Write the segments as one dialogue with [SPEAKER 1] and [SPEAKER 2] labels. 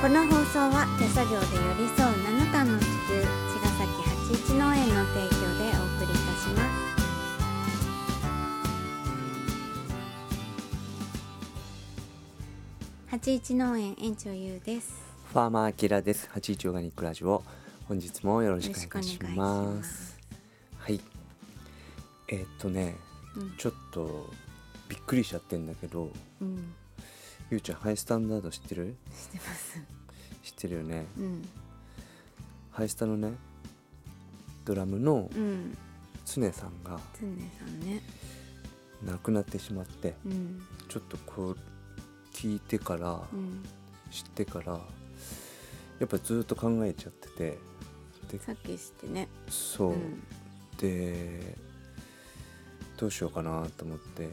[SPEAKER 1] この放送は手作業で寄り添う7巻の地球茅ヶ崎八一農園の提供でお送りいたします八一農園園長ゆうです
[SPEAKER 2] ファーマーアキラです。八一オーガニックラジオ。本日もよろしくお願いし
[SPEAKER 1] よろしくお願
[SPEAKER 2] ま
[SPEAKER 1] いしますす。
[SPEAKER 2] はい。えーっとね、
[SPEAKER 1] うん
[SPEAKER 2] ちょっとびっくりしちゃってんだけど、
[SPEAKER 1] うん
[SPEAKER 2] ゆうちゃんハイスタンダード知ってる？
[SPEAKER 1] してます
[SPEAKER 2] 知ってるよね。
[SPEAKER 1] うん
[SPEAKER 2] ハイスタのね、ドラムの
[SPEAKER 1] うん
[SPEAKER 2] 常さんが
[SPEAKER 1] つねさんね
[SPEAKER 2] 亡くなってしまって、
[SPEAKER 1] うん
[SPEAKER 2] ちょっとこう聞いてから
[SPEAKER 1] うん
[SPEAKER 2] 知ってから、やっぱずっと考えちゃってて、で
[SPEAKER 1] さっきしてね
[SPEAKER 2] そう。でどうしようかなと思って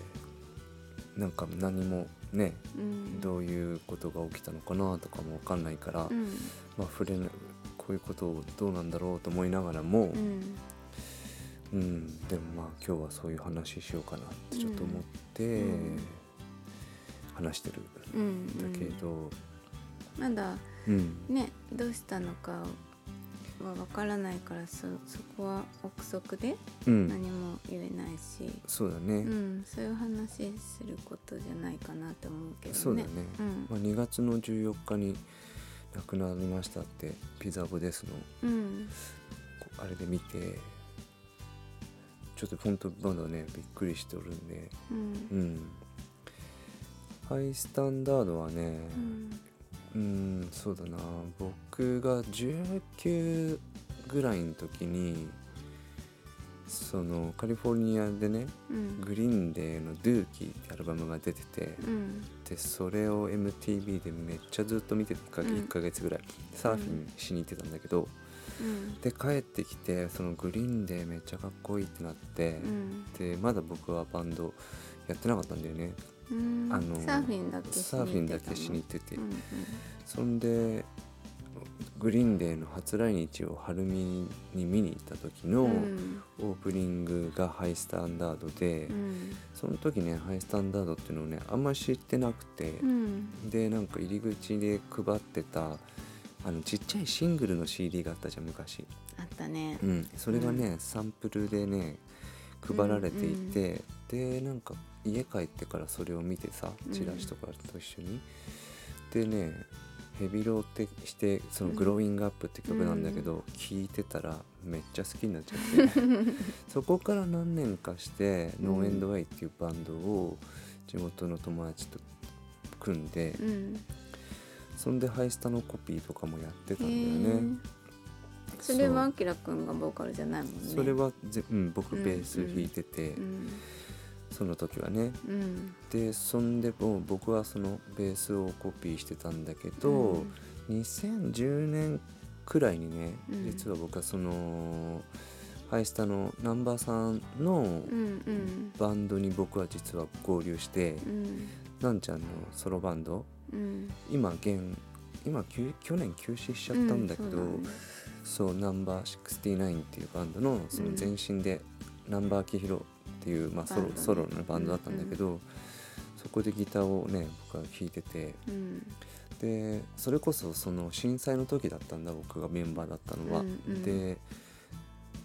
[SPEAKER 2] なんか何もね
[SPEAKER 1] うん
[SPEAKER 2] どういうことが起きたのかなとかも分かんないから、
[SPEAKER 1] うん
[SPEAKER 2] まあ触れないこういうことをどうなんだろうと思いながらも
[SPEAKER 1] う、ん
[SPEAKER 2] うんでもまあ今日はそういう話しようかなってちょっと思って、
[SPEAKER 1] うんうん
[SPEAKER 2] 話してる
[SPEAKER 1] うんん
[SPEAKER 2] だけど、
[SPEAKER 1] まだ
[SPEAKER 2] うん
[SPEAKER 1] ねどうしたのかはわからないからそそこは憶測で
[SPEAKER 2] うん
[SPEAKER 1] 何も言えないし、
[SPEAKER 2] そうだね、
[SPEAKER 1] うんそういう話することじゃないかなと思うけどね。
[SPEAKER 2] そうだね、
[SPEAKER 1] うん
[SPEAKER 2] まあ、2月の14日に亡くなりましたってピザボデスの
[SPEAKER 1] うん
[SPEAKER 2] こうあれで見てちょっとほんとまだねびっくりしておるんで
[SPEAKER 1] う
[SPEAKER 2] うんんハイスタンダードはね
[SPEAKER 1] うん
[SPEAKER 2] うんそうだな僕が19ぐらいの時にそのカリフォルニアでね
[SPEAKER 1] うん
[SPEAKER 2] グリーンデーの「ドゥーキー」ってアルバムが出てて
[SPEAKER 1] うん
[SPEAKER 2] でそれを MTV でめっちゃずっと見てた
[SPEAKER 1] うん
[SPEAKER 2] 1ヶ月ぐらいサーフィンしに行ってたんだけど、
[SPEAKER 1] うん
[SPEAKER 2] で帰ってきてそのグリーンでめっちゃかっこいいってなって、
[SPEAKER 1] うん
[SPEAKER 2] でまだ僕はバンドやってなかったんだよね、
[SPEAKER 1] うん
[SPEAKER 2] あの
[SPEAKER 1] サーフィンだけし
[SPEAKER 2] サーフィンだけしに行
[SPEAKER 1] に
[SPEAKER 2] ってて、
[SPEAKER 1] 行ってたの
[SPEAKER 2] そんでグリーンデーの初来日を晴海に見に行った時の
[SPEAKER 1] う
[SPEAKER 2] オ
[SPEAKER 1] ん
[SPEAKER 2] ープニングがハイスタンダードで、
[SPEAKER 1] うん
[SPEAKER 2] その時ねハイスタンダードっていうのをねあんまり知ってなくて、
[SPEAKER 1] うん
[SPEAKER 2] でなんか入り口で配ってたあのちっちゃいシングルの CD があったじゃん昔。
[SPEAKER 1] あったね
[SPEAKER 2] う。ん、それがね、サンプルでね配られていて、でなんか家帰ってからそれを見てさチラシとかと一緒に、でねヘビロテしてその
[SPEAKER 1] う
[SPEAKER 2] 「
[SPEAKER 1] ん
[SPEAKER 2] グローイングアップ」って曲なんだけど、聴いてたらめっちゃ好きになっちゃって そこから何年かして
[SPEAKER 1] う
[SPEAKER 2] 「
[SPEAKER 1] ん
[SPEAKER 2] ノーエンドウェイ」っていうバンドを地元の友達と組んで、
[SPEAKER 1] うん
[SPEAKER 2] そんでハイスタのコピーとかもやってた
[SPEAKER 1] へ
[SPEAKER 2] んだよね
[SPEAKER 1] ー。それは
[SPEAKER 2] そ
[SPEAKER 1] あ
[SPEAKER 2] う
[SPEAKER 1] きらくんがボーカルじゃないもんね。
[SPEAKER 2] それはぜ、うん、僕
[SPEAKER 1] うん
[SPEAKER 2] ベース弾いてて、
[SPEAKER 1] うん
[SPEAKER 2] その時はね
[SPEAKER 1] うん
[SPEAKER 2] でそんでもう僕はそのベースをコピーしてたんだけど、2010年くらいにね、
[SPEAKER 1] うん
[SPEAKER 2] 実は僕はそのハイスタのナンバーさんの
[SPEAKER 1] うんうん
[SPEAKER 2] バンドに僕は実は合流して、
[SPEAKER 1] うん
[SPEAKER 2] なんちゃんのソロバンド
[SPEAKER 1] うん
[SPEAKER 2] 今現今きゅ去年休止しちゃったんだけど、
[SPEAKER 1] うん
[SPEAKER 2] そうナンバー69っていうバンドのその前身で、ナンバーキヒロっていう、まあ、ソ
[SPEAKER 1] バ
[SPEAKER 2] ロ
[SPEAKER 1] ンドね
[SPEAKER 2] ソロのバンドだったんだけど、そこでギターをね僕は弾いてて
[SPEAKER 1] うん
[SPEAKER 2] でそれこそその震災の時だったんだ僕がメンバーだったのは。
[SPEAKER 1] うんうん
[SPEAKER 2] で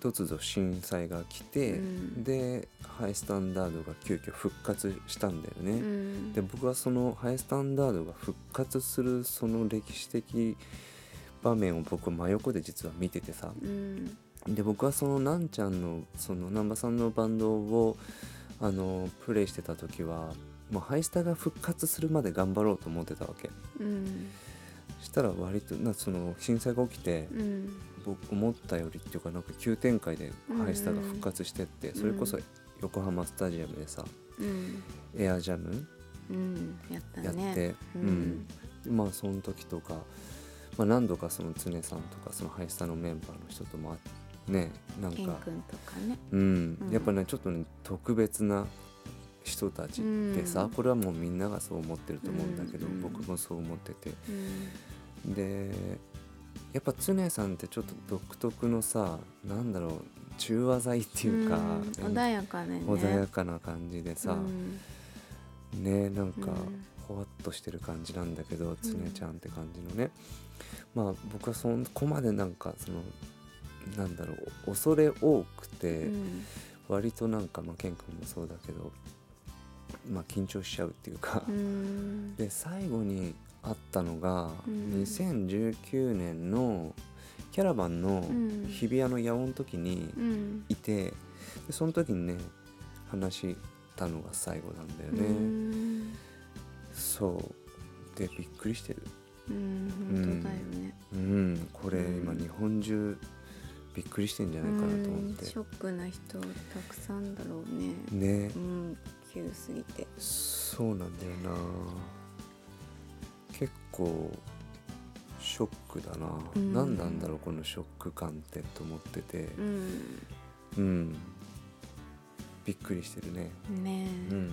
[SPEAKER 2] 突如震災が来て、
[SPEAKER 1] うん
[SPEAKER 2] でハイスタンダードが急遽復活したんだよね。
[SPEAKER 1] そうだねうん
[SPEAKER 2] で僕はそのハイスタンダードが復活するその歴史的場面を僕は真横で実は見ててさ
[SPEAKER 1] うん
[SPEAKER 2] で僕はそのなんちゃんのその難波さんのバンドをあのプレイしてた時はもうハイスタが復活するまで頑張ろうと思ってたわけ
[SPEAKER 1] うん
[SPEAKER 2] したら割となその震災が起きて
[SPEAKER 1] うん
[SPEAKER 2] 僕思ったよりっていうかなんか急展開でハイスタが復活してって、
[SPEAKER 1] ん
[SPEAKER 2] それこそ横浜スタジアムでさ
[SPEAKER 1] うん
[SPEAKER 2] エアジャム
[SPEAKER 1] うんやった
[SPEAKER 2] やって、
[SPEAKER 1] ね。
[SPEAKER 2] うんまあその時とか、まあ、何度かその常さんとかそのハイスタのメンバーの人ともあねなん
[SPEAKER 1] ケン
[SPEAKER 2] か、
[SPEAKER 1] 君とかね。
[SPEAKER 2] うん
[SPEAKER 1] うん
[SPEAKER 2] やっぱねちょっとね特別な人たちってさ、
[SPEAKER 1] うん
[SPEAKER 2] これはもうみんながそう思ってると思うんだけど、
[SPEAKER 1] うん
[SPEAKER 2] 僕もそう思ってて
[SPEAKER 1] うん
[SPEAKER 2] でやっぱ常さんってちょっと独特のさなんだろう中和剤っていうか、
[SPEAKER 1] ん
[SPEAKER 2] うん
[SPEAKER 1] 穏やかね。
[SPEAKER 2] 穏や
[SPEAKER 1] か
[SPEAKER 2] かな感じでさ、ねなんか、
[SPEAKER 1] うん
[SPEAKER 2] ほわっとしてる感じなんだけどつねちゃんって感じのね、まあ僕はそこまでなんかそのなんだろう恐れ多くて、
[SPEAKER 1] うん
[SPEAKER 2] 割となんかまあ健君もそうだけどまあ緊張しちゃうっていうか、
[SPEAKER 1] うん
[SPEAKER 2] で最後に会ったのが、
[SPEAKER 1] うん
[SPEAKER 2] 2019年のキャラバンの
[SPEAKER 1] うん
[SPEAKER 2] 日比谷の野音の時に
[SPEAKER 1] うん
[SPEAKER 2] いて、でその時にね話したのが最後なんだよね、
[SPEAKER 1] うん
[SPEAKER 2] そうでびっくりしてる
[SPEAKER 1] うん本当だよね
[SPEAKER 2] うんこれ今
[SPEAKER 1] うん
[SPEAKER 2] 日本中びっくりしてんじゃ
[SPEAKER 1] う
[SPEAKER 2] ないかなと思っ
[SPEAKER 1] ん
[SPEAKER 2] て、
[SPEAKER 1] ショックな人たくさんだろうね
[SPEAKER 2] ね
[SPEAKER 1] うん急すぎて
[SPEAKER 2] そうなんだよな結構ショックだな、
[SPEAKER 1] うん
[SPEAKER 2] 何なんだろうこのショック感ってと思ってて
[SPEAKER 1] うん
[SPEAKER 2] うん、びっくりしてるね
[SPEAKER 1] ね
[SPEAKER 2] う
[SPEAKER 1] え
[SPEAKER 2] ん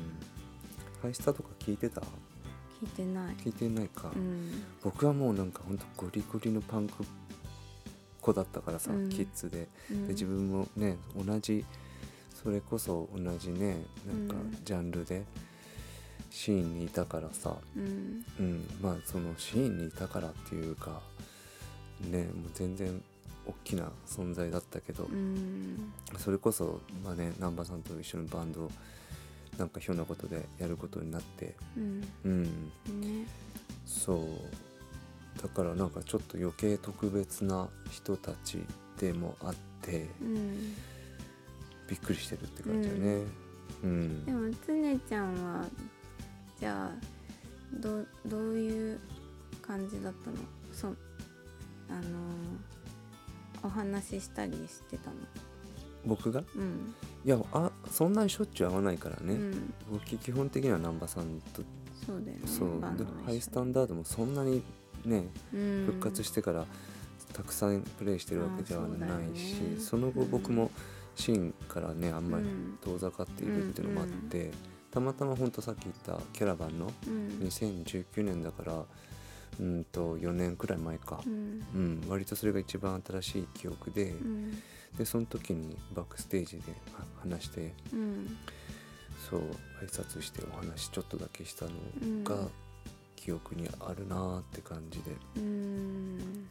[SPEAKER 2] ハイスタとか聞いてた
[SPEAKER 1] 聞いてない
[SPEAKER 2] 聞いてないか、
[SPEAKER 1] うん
[SPEAKER 2] 僕はもうなんかほんとゴリゴリのパンク子だったからさ、
[SPEAKER 1] うん
[SPEAKER 2] キッズで
[SPEAKER 1] うん
[SPEAKER 2] で自分もね同じそれこそ同じねなんか
[SPEAKER 1] うん
[SPEAKER 2] ジャンルでシーンにいたからさ、
[SPEAKER 1] うん
[SPEAKER 2] うん、まあそのシーンにいたからっていうかねもう全然大きな存在だったけど、
[SPEAKER 1] うん
[SPEAKER 2] それこそ、まあね、南波さんと一緒にバンドをなんかひょんなことでやることになって、
[SPEAKER 1] うん
[SPEAKER 2] うん、
[SPEAKER 1] ね
[SPEAKER 2] そうだからなんかちょっと余計特別な人たちでもあって
[SPEAKER 1] うん
[SPEAKER 2] びっくりしてるって感じだね。うん
[SPEAKER 1] でもつねちゃんはじゃあどうどういう感じだったのそあのーお話ししたりしてたの
[SPEAKER 2] 僕が
[SPEAKER 1] うん、
[SPEAKER 2] いやあそんなにしょっちゅう会わないから
[SPEAKER 1] う
[SPEAKER 2] ね、
[SPEAKER 1] ん、
[SPEAKER 2] 僕基本的には南波さんと
[SPEAKER 1] そうだよね
[SPEAKER 2] そう
[SPEAKER 1] バンド
[SPEAKER 2] で
[SPEAKER 1] も一緒
[SPEAKER 2] ハイスタンダードもそんなにね
[SPEAKER 1] うん
[SPEAKER 2] 復活してからたくさんプレイしてるわけではないし
[SPEAKER 1] あーそうだよ、ね
[SPEAKER 2] その後僕もシーンからねあんまり
[SPEAKER 1] うん
[SPEAKER 2] 遠ざかっているっていうのもあって、たまたまほんとさっき言ったキャラバンの
[SPEAKER 1] うん
[SPEAKER 2] 2019年だからうんと4年くらい前か
[SPEAKER 1] う、ん
[SPEAKER 2] うん、割とそれが一番新しい記憶で、
[SPEAKER 1] うん
[SPEAKER 2] でその時にバックステージでは話して
[SPEAKER 1] うん
[SPEAKER 2] そう挨拶してお話ちょっとだけしたの
[SPEAKER 1] うん
[SPEAKER 2] が記憶にあるなーって感じで
[SPEAKER 1] うん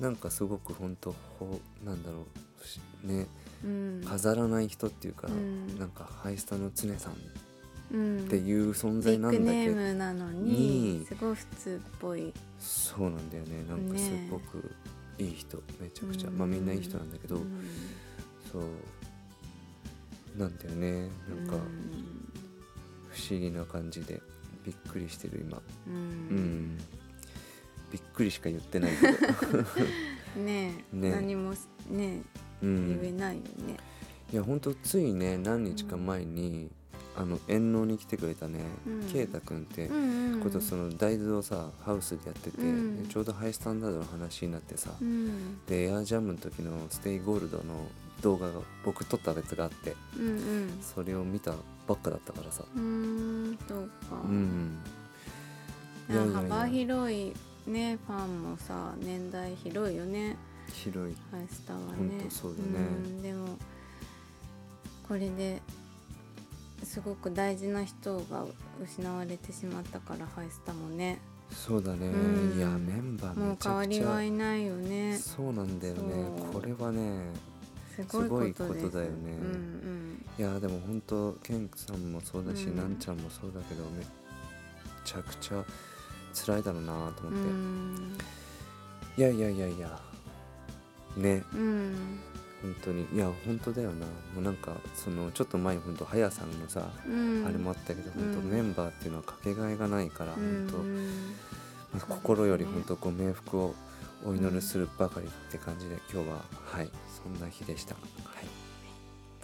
[SPEAKER 2] なんかすごく本当ほなんだろうしね
[SPEAKER 1] うん
[SPEAKER 2] 飾らない人っていうか、
[SPEAKER 1] うん
[SPEAKER 2] なんかハイスタの常さんっ
[SPEAKER 1] うん
[SPEAKER 2] ていう存
[SPEAKER 1] ビ
[SPEAKER 2] 在
[SPEAKER 1] ッ
[SPEAKER 2] な
[SPEAKER 1] グ
[SPEAKER 2] んだ
[SPEAKER 1] ネ
[SPEAKER 2] けど、
[SPEAKER 1] ームなのに
[SPEAKER 2] に
[SPEAKER 1] すごい普通っぽい
[SPEAKER 2] そうなんだよねなんかすごくいい人めちゃくちゃ、まあみんないい人なんだけど、
[SPEAKER 1] うん
[SPEAKER 2] そうなんだよねなんか
[SPEAKER 1] うん
[SPEAKER 2] 不思議な感じでびっくりしてる今
[SPEAKER 1] う
[SPEAKER 2] うん、
[SPEAKER 1] ん
[SPEAKER 2] びっくりしか言ってない けど、
[SPEAKER 1] ねえ
[SPEAKER 2] ねえ
[SPEAKER 1] 何もね
[SPEAKER 2] う
[SPEAKER 1] え言え
[SPEAKER 2] ん、
[SPEAKER 1] ないよね、
[SPEAKER 2] いや本当ついね何日か前に、あの遠納に来てくれたね
[SPEAKER 1] うん
[SPEAKER 2] 圭太、くん、君って、
[SPEAKER 1] うんうんうん、
[SPEAKER 2] ことその大豆をさハウスでやってて、
[SPEAKER 1] うん
[SPEAKER 2] でちょうどハイスタンダードの話になってさ、
[SPEAKER 1] うん
[SPEAKER 2] でエアジャムの時のステイゴールドの動画が僕撮ったやつがあって
[SPEAKER 1] うんうん
[SPEAKER 2] それを見たばっかだったからさ
[SPEAKER 1] うーんそうか、
[SPEAKER 2] うんいやいやいや
[SPEAKER 1] 幅広いねファンもさ年代広いよね
[SPEAKER 2] 広い
[SPEAKER 1] ハイスターはね
[SPEAKER 2] ほんとそうだね
[SPEAKER 1] んでもこれですごく大事な人が失われてしまったからハイスタもね
[SPEAKER 2] そうだね、
[SPEAKER 1] うん
[SPEAKER 2] いやメンバー
[SPEAKER 1] も
[SPEAKER 2] め
[SPEAKER 1] う
[SPEAKER 2] ち
[SPEAKER 1] 変わ
[SPEAKER 2] ゃく
[SPEAKER 1] り
[SPEAKER 2] ち
[SPEAKER 1] は
[SPEAKER 2] ゃ
[SPEAKER 1] いないよねす
[SPEAKER 2] そうなんだよね
[SPEAKER 1] そう
[SPEAKER 2] これはね
[SPEAKER 1] ごいことです
[SPEAKER 2] すごいことだよね
[SPEAKER 1] うん
[SPEAKER 2] いやでも本当ケンさんもそうだし、
[SPEAKER 1] うん
[SPEAKER 2] なんちゃんもそうだけどめちゃくちゃ辛いだろうなと
[SPEAKER 1] う
[SPEAKER 2] 思
[SPEAKER 1] んう
[SPEAKER 2] って、
[SPEAKER 1] ん
[SPEAKER 2] いやいやいやいやね
[SPEAKER 1] うん
[SPEAKER 2] 本当にいや本当だよなもうなんかそのちょっと前に本当はやさんのさ、
[SPEAKER 1] うん
[SPEAKER 2] あれもあったけど本当
[SPEAKER 1] うん
[SPEAKER 2] メンバーっていうのはかけがえがないから、
[SPEAKER 1] う
[SPEAKER 2] 本
[SPEAKER 1] ん
[SPEAKER 2] 当、まあ心より本当ご冥福をお祈りするばかりって感じで、今日ははいそんな日でしたはい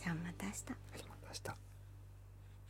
[SPEAKER 1] じゃあまた明日
[SPEAKER 2] はいまた明日